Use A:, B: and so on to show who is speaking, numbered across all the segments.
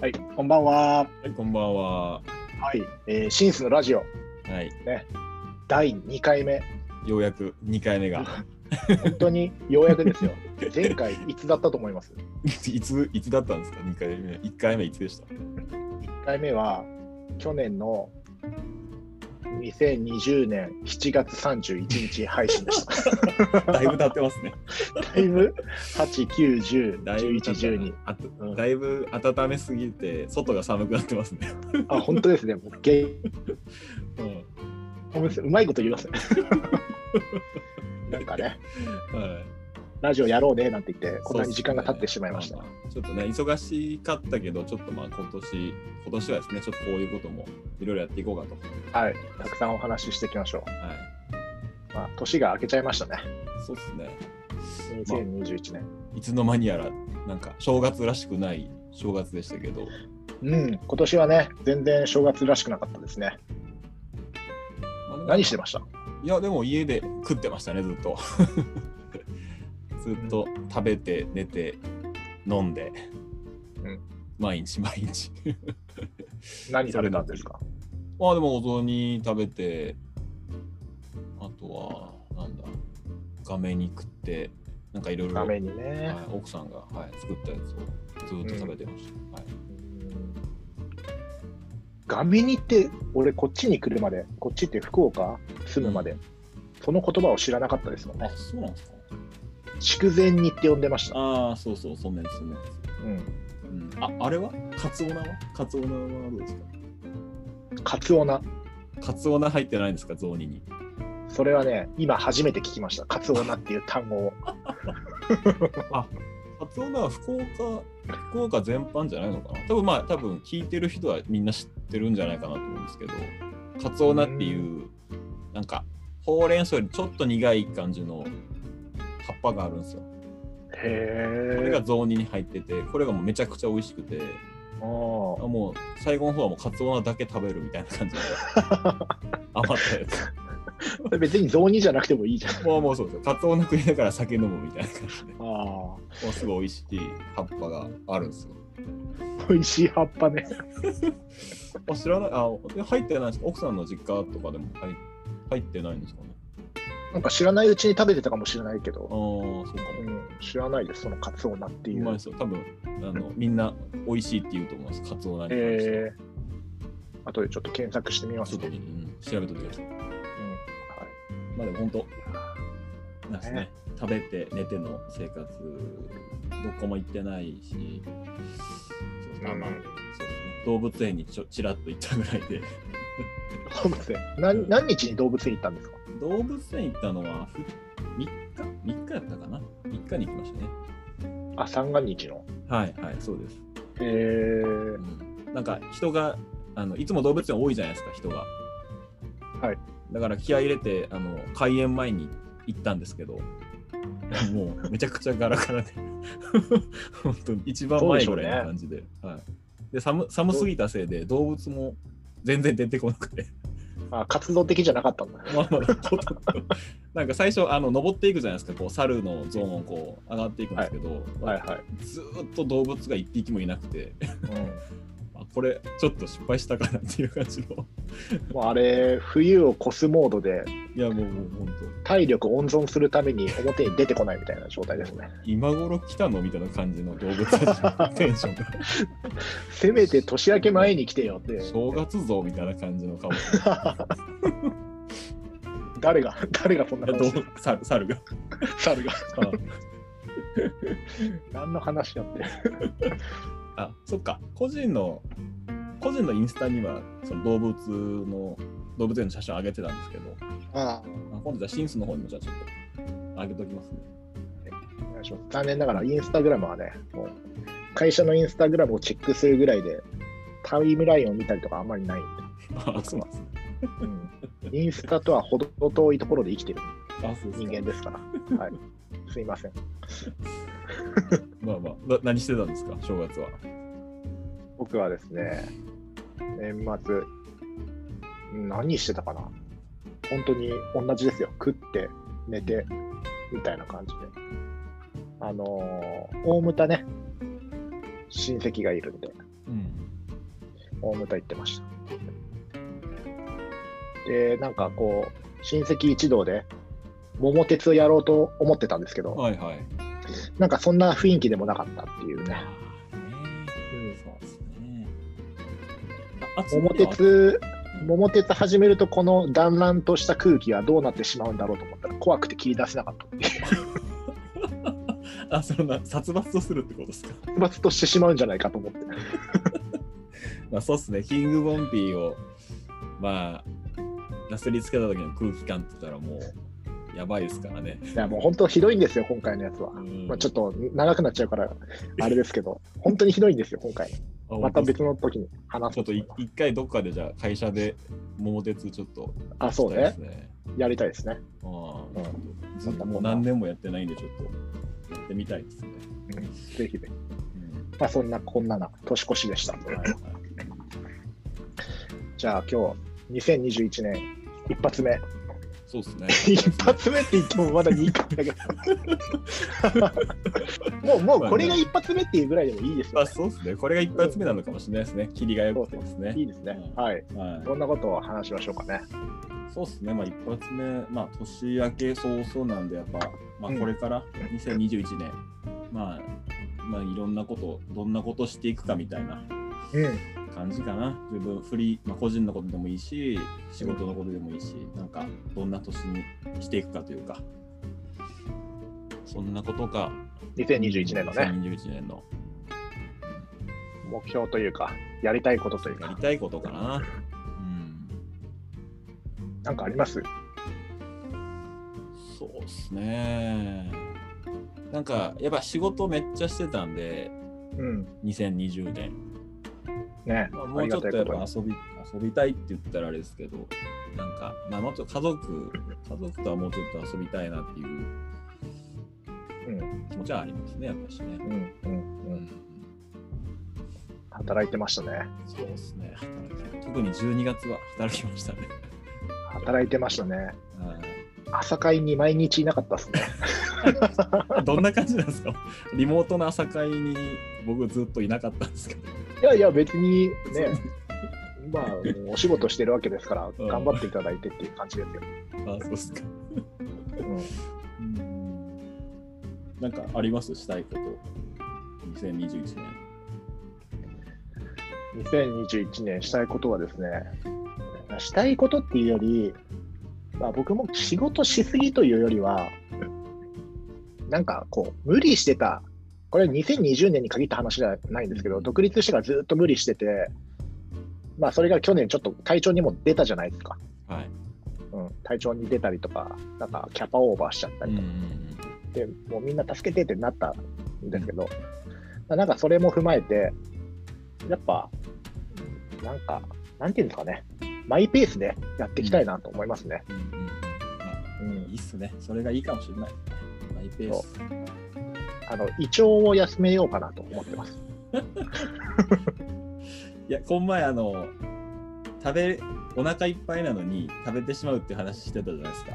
A: はい、こんばんは。
B: はい、こんばんは。は
A: はい、えー、シンスのラジオ
B: い、
A: 第2回目。
B: ようやく2回目が。
A: 本当にようやくです よ。前回いつだったと思います。
B: いつ、いつだったんですか ?2 回目。1回目いつでした
A: 1回目は去年の2020年7月31日配信で した。
B: だいぶ経ってま すね。
A: だいぶ8、9、10、
B: だいぶ
A: 11、
B: 経った
A: 12。
B: なあと
A: うん
B: だいぶ温めすぎて、外が寒くなってますね。
A: あ、本当ですね。もうゲー
B: うん
A: ごめんなさいうまいこと言いますね。なんかね、
B: はい、
A: ラジオやろうねなんて言って、こんな
B: そうっ
A: に
B: すね
A: 時間が経ってしまいました。
B: ああちょっとね、忙しかったけど、ちょっとまあ今年、今年はですね、ちょっとこういうこともいろいろやっていこうかと。
A: はい、たくさんお話ししていきましょ
B: は
A: う。まあ、年が明けちゃいましたね。
B: い、そうですね。まあ
A: 2021年。
B: いつの間にやら、なんか正月らしくない正月でしたけど、
A: うん、今年はね、全然正月らしくなかったですね。
B: まあ
A: 何してました
B: いやでも家で食ってましたねずっと ずっと食べて寝て飲んで、
A: うん
B: 毎日毎日
A: 何食べたんですか
B: まあでもお雑煮食べてあとはなんだ画面に食ってなんかいろいろ
A: 画面にね。
B: 奥さんが、はい、作ったやつをずっと食べてました、はい、
A: 画面にって、俺、こっちに来るまで、こっちって福岡住むまで、その言葉を知らなかったですもん
B: あ
A: ね。
B: そうなんですか
A: 筑前煮って呼んでました。
B: ああそうそうそんなやつそんなや
A: うん。
B: つ、うん、ああれはカツオナはカツオナはどうですか
A: カツオナ。
B: カツオナ入ってないんですか雑煮に
A: それはね、今初めて聞きました。カツオナっていう単語 を。
B: カツオナは福岡、福岡全般じゃないのかな多分まあ、多分聞いてる人はみんな知ってるんじゃないかなと思うんですけど、カツオナっていう、なんか、ほうれん草よりちょっと苦い感じの葉っぱがあるんですよ。これ
A: へ
B: が
A: え。
B: 雑煮に入ってて、これがもうめちゃくちゃ美味しくて、
A: あ
B: あ
A: ー
B: もう最後の方はもうカツオナだけ食べるみたいな感じで、余ったやつ。
A: 別に雑煮じゃなくてもいいじゃん。
B: もうもうそうですよ。カツオナ食いながら酒飲むみたいな感じで、も
A: あ
B: うすごい美味しい葉っぱがあるんですよ。
A: あ、 美味しい葉っぱね。
B: あ知らないあで入ってないんですか奥さんの実家とかでも入入ってないんですかね
A: なんか知らないうちに食べてたかもしれないけ
B: ああ
A: ど、
B: そうかも
A: うん、知らないです、そのカツオナっていうう。
B: まいですよ多分あのみんな美味しいって言うと思いますカツオナに関しては
A: えー、後でちょっと検索してみます
B: ちょっと、
A: ね。
B: うん、調べといてください
A: うん
B: まあでも本当なんですね
A: ね
B: 食べて寝ての生活どこも行ってないしそうですねまあまあ
A: うん
B: そうですね動物園にちょちらっと行ったぐらいで
A: 動物園な何日に動物園行ったんですか
B: 動物園行ったのは3日3日やったかな3日に行きましたね
A: あ、三が日の。
B: はいはいそうです
A: えー、
B: なんか人があのいつも動物園多いじゃないですか人が。
A: はい、
B: だから気合い入れてあの開園前に行ったんですけどもうめちゃくちゃガラガラで 本当に一番前ぐらいの感じではい、で寒寒すぎたせいで動物も全然出てこなくて
A: あ活動的じゃなかったんだ。
B: まあまあほとんどなんか最初あの登っていくじゃないですかこう猿のゾーンをこう上がっていくんですけど、
A: はいはい。
B: ずーっと動物が一匹もいなくて
A: う
B: あこれちょっと失敗したかなっていう感じの。
A: ん、もうあれ、冬を越すモードで、
B: いやもうもう本
A: 体力温存するために表に出てこないみたいな状態ですね。
B: 当今頃来たのみたいな感じの動物たちのテンション が
A: せめて年明け前に来てよって、
B: 正月像みたいな感じの顔 い
A: 誰が、誰がそんな
B: や
A: こと
B: ど
A: して
B: う
A: る
B: 猿猿が
A: 猿が。何の話やってる
B: あそっか個人の個人のインスタにはその動物の動物園の写真を上げてたんですけど
A: ああ
B: あ今度じゃあシンスの方にもじゃあちょっと上げときますね
A: お願いします残念ながらインスタグラムはね、もう会社のインスタグラムをチェックするぐらいで、タイムラインを見たりとかあんまりない ん
B: あそうなんですね
A: で、うん、インスタとは程遠いところで生きてる
B: あそうです
A: 人
B: か
A: 間です から、はい、すいません。
B: まあまあな何してたんですか正月は
A: 僕はですね、年末、うん何してたかな本当に同じですよ。食って、寝て、みたいな感じで。あのー大牟田ね、親戚がいるんで、
B: うん
A: 大牟田行ってました。で、なんかこう、親戚一同で、桃鉄やろうと思ってたんですけど、
B: はいはい。
A: なんかそんな雰囲気でもなかったっていうね。
B: ねそうですね。あ集ま
A: 桃
B: りは
A: 鉄、桃鉄始めると、この団らんとした空気はどうなってしまうんだろうと思ったら、怖くて切り出せなかったっていう。
B: あ、そんな殺伐とするってことですか。
A: 殺伐としてしまうんじゃないかと思って。
B: まあそうっすね、キングボンビーを、まあ、なすりつけた時の空気感って言ったらもう、やばいですからね。
A: いや、もう本当ひどいんですよ、今回のやつは。まあ、ちょっ
B: と、
A: と長くなっちゃうから、あれですけど、本当にひどいんですよ、今回。
B: あ
A: また別の時に話
B: ち
A: す
B: ょっとい一回どっかでじゃあ会社で桃鉄ちょっと
A: あ、
B: し
A: そう
B: たいで
A: ね
B: す。ね。
A: やりたいですね。
B: あ
A: う
B: あ
A: ん
B: ずっともう何年もやってないんでちょっとやってみたいですね。
A: ぜひぜひ。まあ、そんなこんなな年越しでした。
B: うんはいはい
A: じゃあ今日、2021年一発目。
B: そうですね。
A: 一発目って言ってもまだ2回だけ ど。もう、もうこれが一発目っていうぐらいでもいいです
B: ま
A: よ
B: あ、そうですね。これが一発目なのかもしれないですね。切りが良くてですね
A: ね。。いいですね。はい。
B: はい
A: どんなことを話しましょうかね。
B: そうですね、まあ、一発目、まあ、年明け早々なんで、やっぱ、まあ、これから2021年、まあ、まあ、いろんなこと、どんなことしていくかみたいな
A: うん。
B: 感じかな。自分、フリー、まあ、個人のことでもいいし、仕事のことでもいいし、なんか、どんな年にしていくかというか、そんなことか、
A: 2021年のね、
B: 2021年の
A: 目標というか、やりたいことという
B: やり
A: か、
B: たいことかな。うん
A: なんかあります
B: そうですね。なんか、やっぱ仕事めっちゃしてたんで、
A: うん。
B: 2020年。
A: ね。
B: まあ、もうちょっと
A: あ
B: やっ
A: りが
B: ぱ遊び遊びたいって言ったらあれですけど、なんか、まあ、もうちょっと家族、家族とはもうちょっと遊びたいなっていう
A: うん。
B: 気持ちはありますね、やっぱりね。
A: うんうんうん。働いてましたね。
B: そうですね。働き特に12月は働きましたね。
A: 働いてましたね。
B: はい
A: 朝会に毎日いなかったですね。
B: どんな感じなんですかリモートの朝会に僕ずっといなかったんですけど。
A: いやいや、別に
B: そう
A: ね、まあ、お仕事してるわけですから、
B: うん
A: 頑張っていただいてっていう感じですよ。
B: あ、そうですか。
A: うん
B: なんかありますしたいこと。2021年。
A: 2021年したいことはですね、したいことっていうより、まあ、僕も仕事しすぎというよりは、なんかこう、無理してた、これは2020年に限った話じゃないんですけど、独立してからずっと無理してて、まあ、それが去年ちょっと体調にも出たじゃないですか。
B: はい。
A: うん、体調に出たりとか、なんかキャパオーバーしちゃったりとかでもうみんな助けてってなったんですけど、なんかそれも踏まえて、やっぱ、なんか、なんていうんですかね、マイペースでやっていきたいなと思いますね。
B: うんうんうんま
A: うん
B: あいいっすね。それがいいかもしれない。マイペース。
A: あの胃腸を休めようかなと思ってます。
B: いや、この前、あの、食べ、お腹いっぱいなのに食べてしまうっていう話してたじゃないですか。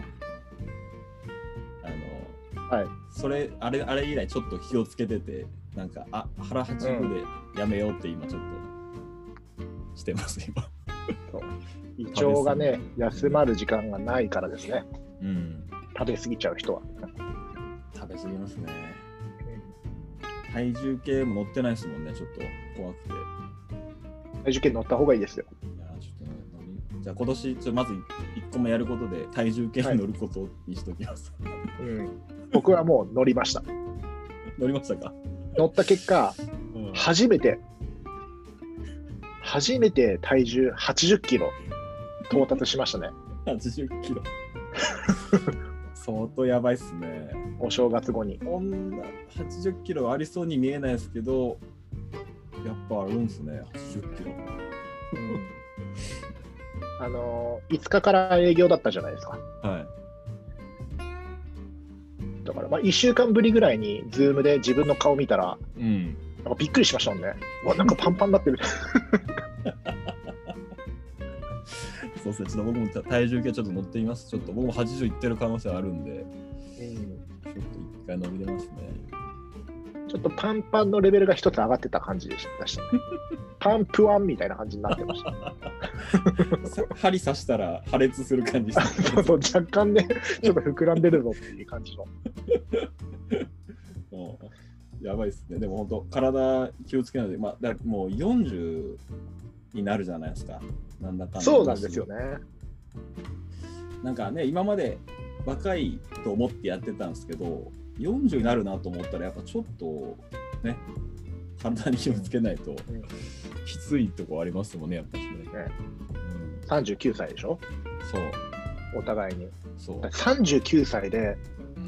B: あの、
A: はい
B: それ、あれ、あれ以来ちょっと気をつけてて、なんか、あ、腹八分でやめようって今ちょっとしてます、今。
A: 胃腸がね、休まる時間がないからですね、
B: うん。
A: 食べ過ぎちゃう人は。
B: 食べ過ぎますね。体重計も乗ってないですもんね、ちょっと怖くて。いや
A: 体重計乗った方がいいですよ。
B: ーちょっとね乗りじゃあ今年、ちょっとまず1個目やることで、体重計に乗ることにしときます。
A: うん、僕はもう乗りました。
B: 乗りましたか、
A: 乗った結果、
B: うん
A: 初めて、初めて体重80キロ到達しましたね。
B: ?80 キロ。相当やばいっすね。
A: お正月後に。
B: こんな80キロありそうに見えないですけど、やっぱあるんですね、80キロ。
A: あのー5日から営業だったじゃないですか。
B: はい。
A: だから、まあ、1週間ぶりぐらいに、ズームで自分の顔見たら、
B: うん。
A: なんかびっくりしましたもんね。 うわ、なんかパンパンになってる。
B: そうですね、ちょっと僕も体重計ちょっと乗ってみます。ちょっと僕も80いってる可能性あるんで、ちょっと一回伸びれますね。
A: うちょっとパンパンのレベルが一つ上がってた感じでした ね。パンプワンみたいな感じになってました。
B: さ針刺したら破裂する感じして
A: そうそう、若干 ね、ちょっと膨らんでるぞっていう感じの。
B: もうやばいですね。でも本当、体気をつけないで、まあ、だもう40になるじゃないですか。なんだかん だ。
A: そうなんですよね。
B: なんかね、今まで若いと思ってやってたんですけど、40になるなと思ったら、やっぱちょっとね、体に気をつけないと
A: ん、
B: きついとこありますもんね、やっぱりね。うん
A: 39歳でしょ
B: そう、
A: お互いに。
B: そう。
A: 39歳で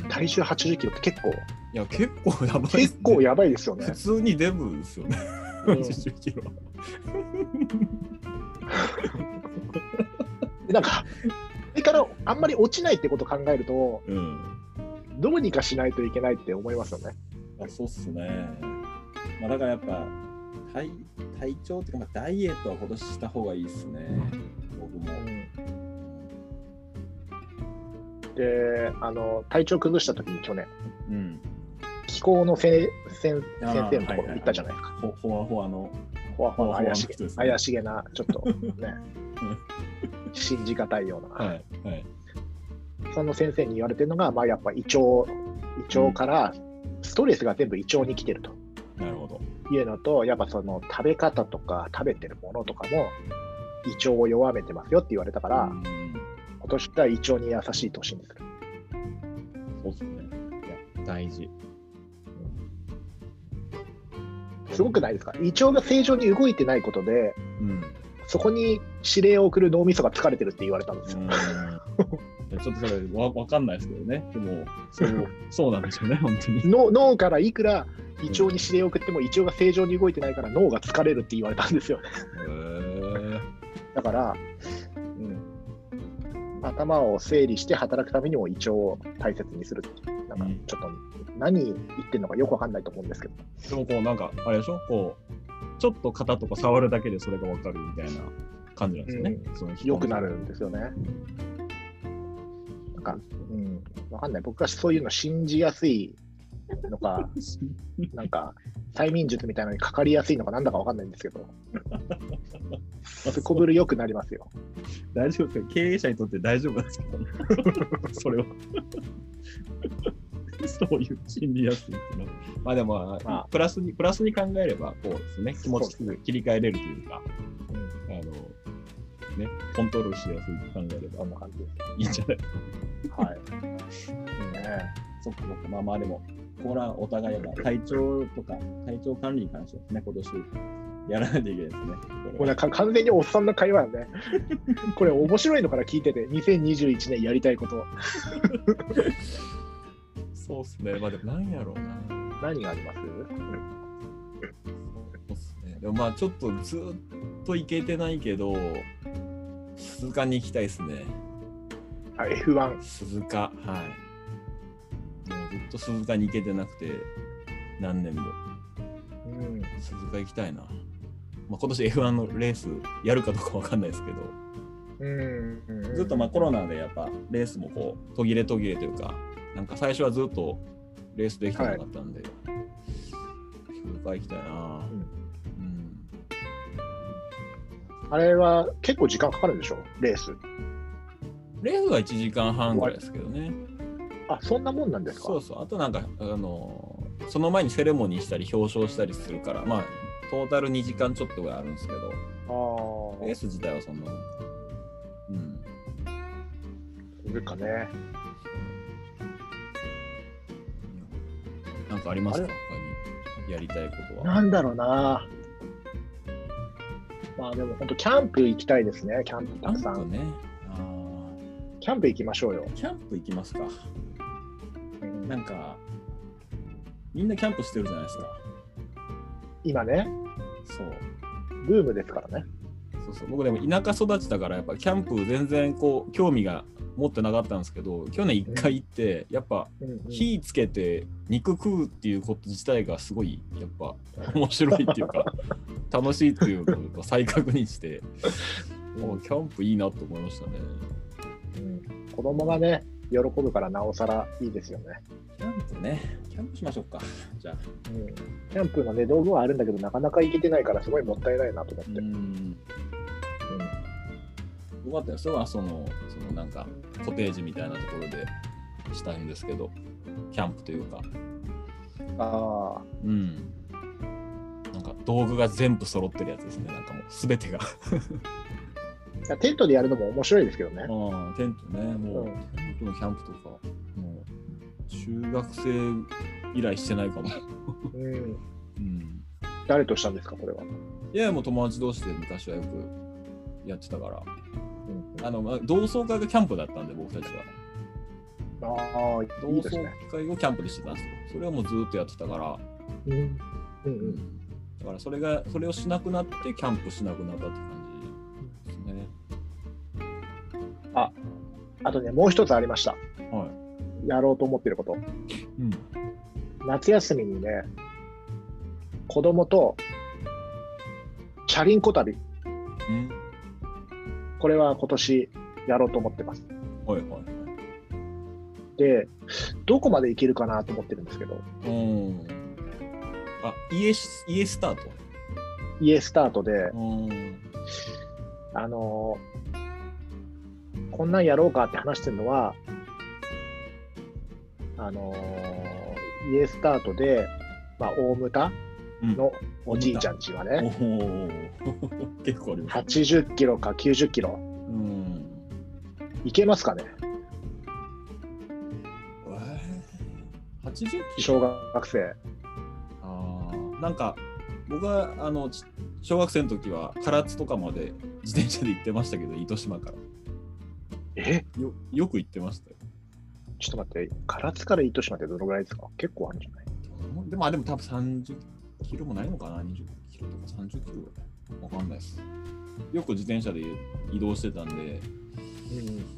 A: 体重80キロって 結構、
B: いや、結構やばいっすね、
A: 結構やばいですよ
B: 普
A: ね。
B: 通にデブですよね、
A: うん
B: 80キロ。
A: なんか、それからあんまり落ちないってことを考えると、
B: うん
A: どうにかしないといけないって思いますよね。
B: あそうっすね。まあ、だからやっぱ体体調っていうか、まあ、ダイエットは今年した方がいいですね。僕も。
A: で、あの、体調崩した時に去年、
B: うん。
A: 気候のせ先
B: あ
A: 先
B: ー
A: 生のとこ
B: はいはい
A: ろ
B: はい
A: 行ったじゃないですか。
B: ほほわほわの。
A: ほわほわの怪しげ
B: ほわほわの人ですね
A: 怪しげな、ちょっ とね、信じがたいような、
B: い。はい、
A: その先生に言われてるのが、まあ、やっぱ胃腸、胃腸から、ストレスが全部胃腸に来てると
B: なるほど。
A: いうのと、やっぱその食べ方とか食べてるものとかも、胃腸を弱めてますよって言われたから、
B: うん
A: 今年は胃腸に優しい年にする。
B: そうっすね。いや大事。
A: すごくないですか胃腸が正常に動いてないことで、
B: うん。
A: そこに指令を送る脳みそが疲れてるって言われたんですよ。
B: いやちょっとそれわわかんないですけどね。でも、 そうそうなんですよね、本当に。
A: の脳からいくら胃腸に指令を送っても胃腸が正常に動いてないから脳が疲れるって言われたんですよ。だから、うん、頭を整理して働くためにも胃腸を大切にするっていうなんか
B: うん
A: ちょっと何言ってるのかよくわかんないと思うんですけど、
B: でもこうなんかあれでしょこうちょっと肩とか触るだけでそれがわかるみたいな感じなんですよね。その
A: 良くなるんですよね。なんか、うん、わかんない。僕はそういうの信じやすいの か、なんか催眠術みたいなのにかかりやすいのかなんだかわかんないんですけど、すこぶる良くなりますよ。
B: 大丈夫ですか経営者にとって大丈夫なんですか それは。 そういう心理やすいっていうのはまあでも、
A: まあ
B: プラスに、プラスに考えれば、こうですね、気持ち
A: そうですね
B: 切り替えれるという
A: う
B: か、あの、ね、コントロールしやすいと考えれば
A: そんな感じです。
B: いいんじゃない
A: はい。ね、
B: そっかそっか、まあまあでも、これはお互いやっぱ体調とか、体調管理に関してはね、今年やらないといけないですね。
A: これか完全におっさんの会話よね。これ面白いのから聞いてて、2021年やりたいこと、
B: そうっすね、まあでもなんやろうな。
A: 何があります
B: そうっすね。でもまあちょっとずっと行けてないけど、鈴鹿に行きたいですね。
A: あ ?F1。
B: 鈴鹿、はい。もうずっと鈴鹿に行けてなくて、何年も。
A: うん、
B: 鈴鹿行きたいな。まあ、今年 F1 のレースやるかどうかわかんないですけど、
A: うんうん
B: ずっとまあコロナでやっぱレースもこう途切れ途切れというか、なんか最初はずっとレースできてなかったんで、鈴鹿行きたいな。うん
A: あれは結構時間かかるでしょ、レース。
B: レースは1時間半ぐらいですけどね。
A: あそんなもんなんですか
B: そうそう。あとなんか、あのーその前にセレモニーしたり表彰したりするから、まあ、トータル2時間ちょっとぐらいあるんですけど、
A: ああ
B: レース自体はそんなもん。うん。
A: するかね。
B: なんかありますか
A: あれ
B: 他にやりたいことは。
A: なんだろうな。まあでも本当、キャンプ行きたいですね、キャンプたくさ
B: キャン
A: ん。
B: プね。あー
A: キャンプ行きましょうよ。
B: キャンプ行きますか。なんか、みんなキャンプしてるじゃないですか。
A: 今ね、
B: そう。
A: ブームですからね。
B: そうそう僕でも田舎育ちだからやっぱキャンプ全然こう興味が持ってなかったんですけど去年一回行ってやっぱ
A: うんうん
B: 火つけて肉食うっていうこと自体がすごいやっぱ面白いっていう か楽しいっていうのを再確認して
A: うん
B: おキャンプいいなと思いましたね。
A: うん子供がね、喜ぶからなおさらいいですよね。
B: キャンプね。キャンプしましょうか。じゃあ。
A: うん、キャンプのね、道具はあるんだけど、なかなか行けてないから、すごいもったいないなと思って。うん
B: ん。よかったよ。それはその、そのなんか、コテージみたいなところでしたいんですけど、キャンプというか、
A: あ
B: うん。なんか道具が全部揃ってるやつですね。なんかもう全て が。
A: ーいやテントでやるのも面白いですけどね。
B: ああ、テントね。もう、
A: うん
B: テントのキャンプとか、もう、中学生以来してないかも。
A: うん、
B: うん。
A: 誰としたんですか、これは。
B: いや、もう友達同士で昔はよくやってたから。
A: うん、
B: あの、まあ同窓会がキャンプだったんで、僕たち
A: あ
B: は。
A: あ、
B: 同
A: いい
B: 窓
A: ですね。
B: 会をキャンプでしてたんですよ。それはもうずっとやってたから、
A: うん、うん、うん。
B: だからそれが、それをしなくなって、キャンプしなくなったって感じですね。
A: あとね、もう一つありました。
B: は
A: やろうと思ってること。
B: い。うん。
A: 夏休みにね、子供とチャリンコ旅、
B: うん
A: これは今年やろうと思ってます。
B: はいはいはい。
A: で、どこまで行けるかなと思ってるんですけど、
B: うん。あ、家し、家スタート。
A: 家スタートで、
B: うん。
A: あのーこんなんやろうかって話してるのは、あのー家スタートで、まあ、大牟田
B: うん
A: のおじいちゃんちは
B: お
A: ね、
B: お。 結構あります。
A: 80キロか90キロ、
B: うん。
A: 行けますかね、
B: えー、80キロ
A: 小学生。
B: あーなんか僕はあのち小学生の時は唐津とかまで自転車で行ってましたけど糸島から
A: え
B: よよく行ってましたよ
A: ちょっと待って、唐津から糸島ってどのぐらいですか結構あるんじゃない
B: でもあでも多分30キロもないのかな20キロとか30キロぐらいわかんないですよく自転車で移動してたんで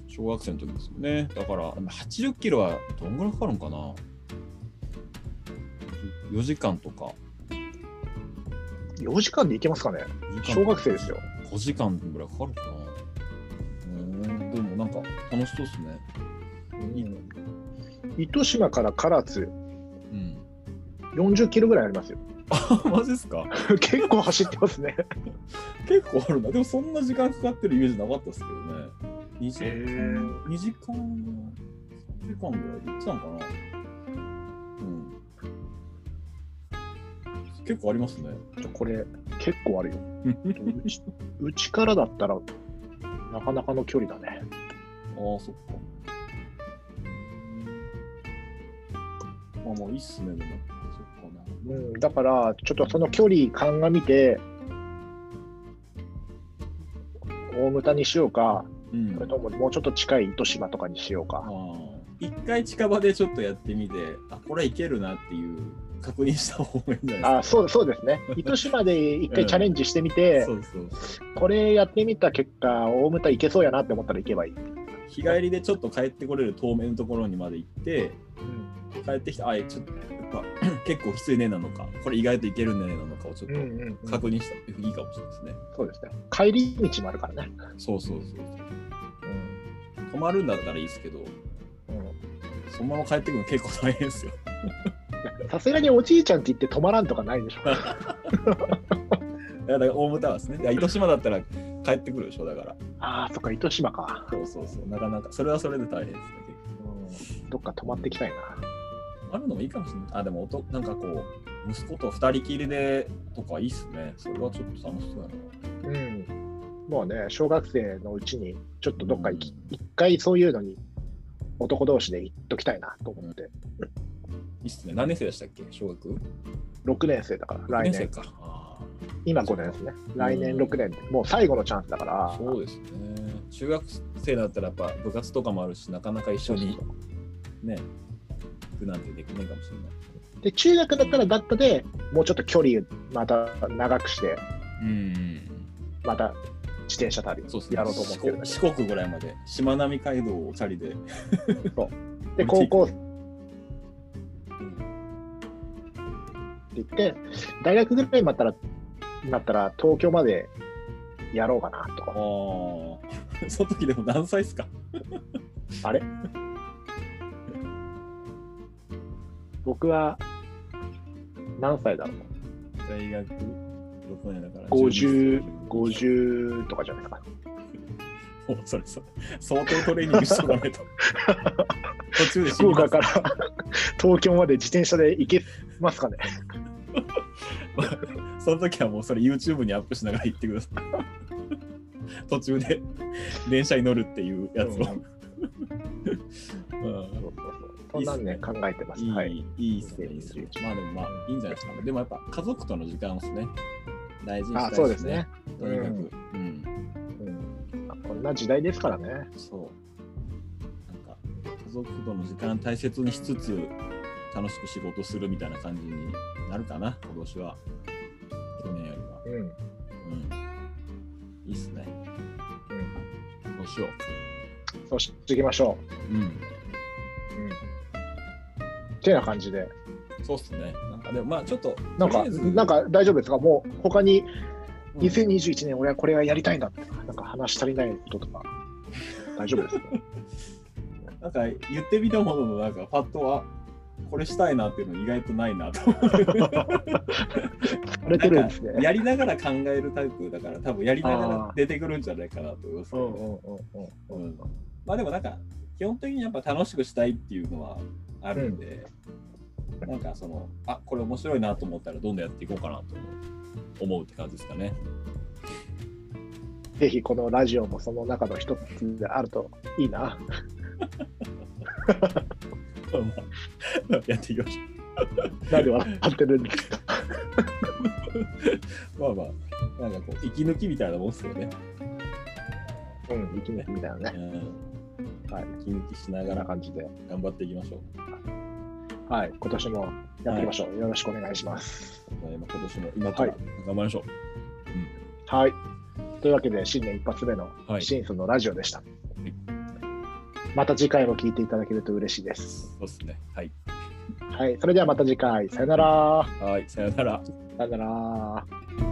B: 小学生の時ですよねだから80キロはどんぐらいかかるのかな4時間とか
A: 4時間で行けますかね
B: 4時間
A: 小学生ですよ。
B: 5時間ぐらいかかるかなうんでもなんか楽しそうですね
A: うん糸島から唐津、
B: うん
A: 40キロぐらいありますよ。
B: マジですか
A: 結構走ってますね。
B: 結構あるなでもそんな時間かかってるイメージなかったですけどね2時,、
A: へー
B: 2時間3時間ぐらいで行ってたのかなうん結構ありますね
A: これ、結構 あるよ。うちうちからだったら、なかなかの距離だね。
B: ああ、そっか。まあまあ、いいっすね、でも。そっかな。
A: うん、だから、ちょっとその距離鑑みて、大牟田にしようか、
B: うん
A: それとももうちょっと近い糸島とかにしようか。
B: ああ一回近場でちょっとやってみて、あ、これいけるなっていう確認した方がいいんじゃない
A: あそうそうです ね、糸島で一回チャレンジしてみて、
B: ですか。そうそう
A: これやってみた結果、大牟田行けそうやなって思ったら行けばいい。
B: 日帰りでちょっと帰ってこれる遠目のところにまで行って、帰ってきて、あ、ちょっと、やっぱ 結構きついねなのか、これ意外といけるねなのかをちょっと
A: うん
B: 確認したっていいかもしれないですね。
A: そうですね。帰り道もあるからね。
B: そうそうそうそう。泊まるんだったらいいですけど、
A: うん
B: そのまま帰ってくるの結構大変ですよ。
A: さすがにおじいちゃんって言って止まらんとかないでしょ。
B: いやだから大牟田はですね。いや糸島だったら帰ってくるでしょ、だから。
A: ああ、そっか、糸島か。
B: そうそうそう。なかなか、それはそれで大変ですね。結構
A: うんどっか泊まってきたいな。
B: あるのもいいかもしれない。あ、でもおと、なんかこう、息子と二人きりでとかいいっすね。それはちょっと楽しそうやな。
A: うん。もうね、小学生のうちに、ちょっとどっか行き
B: うん、
A: 一回そういうのに、男同士で行っときたいなと思って、
B: いいっすね。何年生でしたっけ小学
A: 6年生だから、
B: 六
A: 来
B: 年生
A: 年、
B: か。あ
A: 今5年ですね。来年6年、もう最後のチャンスだから
B: あ、、そうですね。中学生だったらやっぱ部活とかもあるし、なかなか一緒にね、行くなんてできないかもしれない。
A: で中学だったらだったでもうちょっと距離また長くして
B: うん。
A: また自転車旅
B: そうですね。
A: やろうと思ってるんだけ
B: 四国四国ぐらいまで、しまなみ海道をチャリで。
A: どで高校って
B: うん
A: 言って大学ぐらいになったらなったら東京までやろうか なと
B: ああ、その時でも何歳っすか
A: あれ僕は何歳だろう
B: 大学6年だから
A: 50 50とかじゃないですか。
B: もうそれそ相当トレーニングしとか ないと途中で死
A: 福
B: に
A: 岡
B: ます
A: から 東京まで自転車で行けますかね。
B: その時はもうそれ YouTube にアップしながら行ってくださ い途中で電車に乗るっていうやつを、うん
A: そうそうそうそんなんね、考えてます。
B: いい、
A: はいい。、
B: いっすね、いいっすね。まあでもまあいいんじゃないですか。でもやっぱ家族との時間をですね、大事にしたい
A: あ、そうですね。。
B: とにか
A: う
B: く、う、
A: んうん、こんな時代ですからね。
B: そう。なんか家族との時間大切にしつつ、楽しく仕事するみたいな感じになるかな、今年は。去年よりは。
A: うん。
B: うん。いいっすね。そうしよ
A: そうしていきましょ
B: う。うん。
A: う。うん。てな感じで。
B: そうっすね。なんかでもまあちょっと、
A: なんか、
B: とりあえず
A: なん、か大丈夫ですかもう他に
B: うん
A: 2021年俺はこれがやりたいんだって、なんか話し足りないこととか、大丈夫 ですか
B: なんか言ってみたもののなんかパッとはこれしたいなっていうの意外とないなと思って
A: 荒れてるんですね。
B: やりながら考えるタイプだから多分やりなが
A: あ
B: ら
A: ー
B: 出てくるんじゃないかなと思いますけど、
A: うん
B: うんまあでもなんか基本的にやっぱ楽しくしたいっていうのはあるんで、なんかそのあこれ面白いなと思ったらどんどんやっていこうかなと思う思うって感じですかね。
A: ぜひこのラジオもその中の一つであるといいな。
B: まあやっていきましょ
A: なんで笑ってるんですか。
B: う。まあまあなんかこう息抜きみたいなもんですよね。
A: うん、息抜きみたいな
B: う
A: ね。
B: ん
A: はい。
B: 息抜きしな
A: こ
B: が
A: んな
B: ら
A: 感じで、
B: 頑張っていきましょう。
A: はい、今年もやっていきましょう。よろしくお願いします。
B: 今今年も今から
A: は
B: 頑張りましょう。
A: はい。というわけで、新年一発目の
B: はい
A: シンスのラジオでした。また次回も聞いていただけると嬉しいです。
B: そうですね。はい。
A: はい。それではまた次回。さよなら。
B: はい。さよなら。
A: さよなら。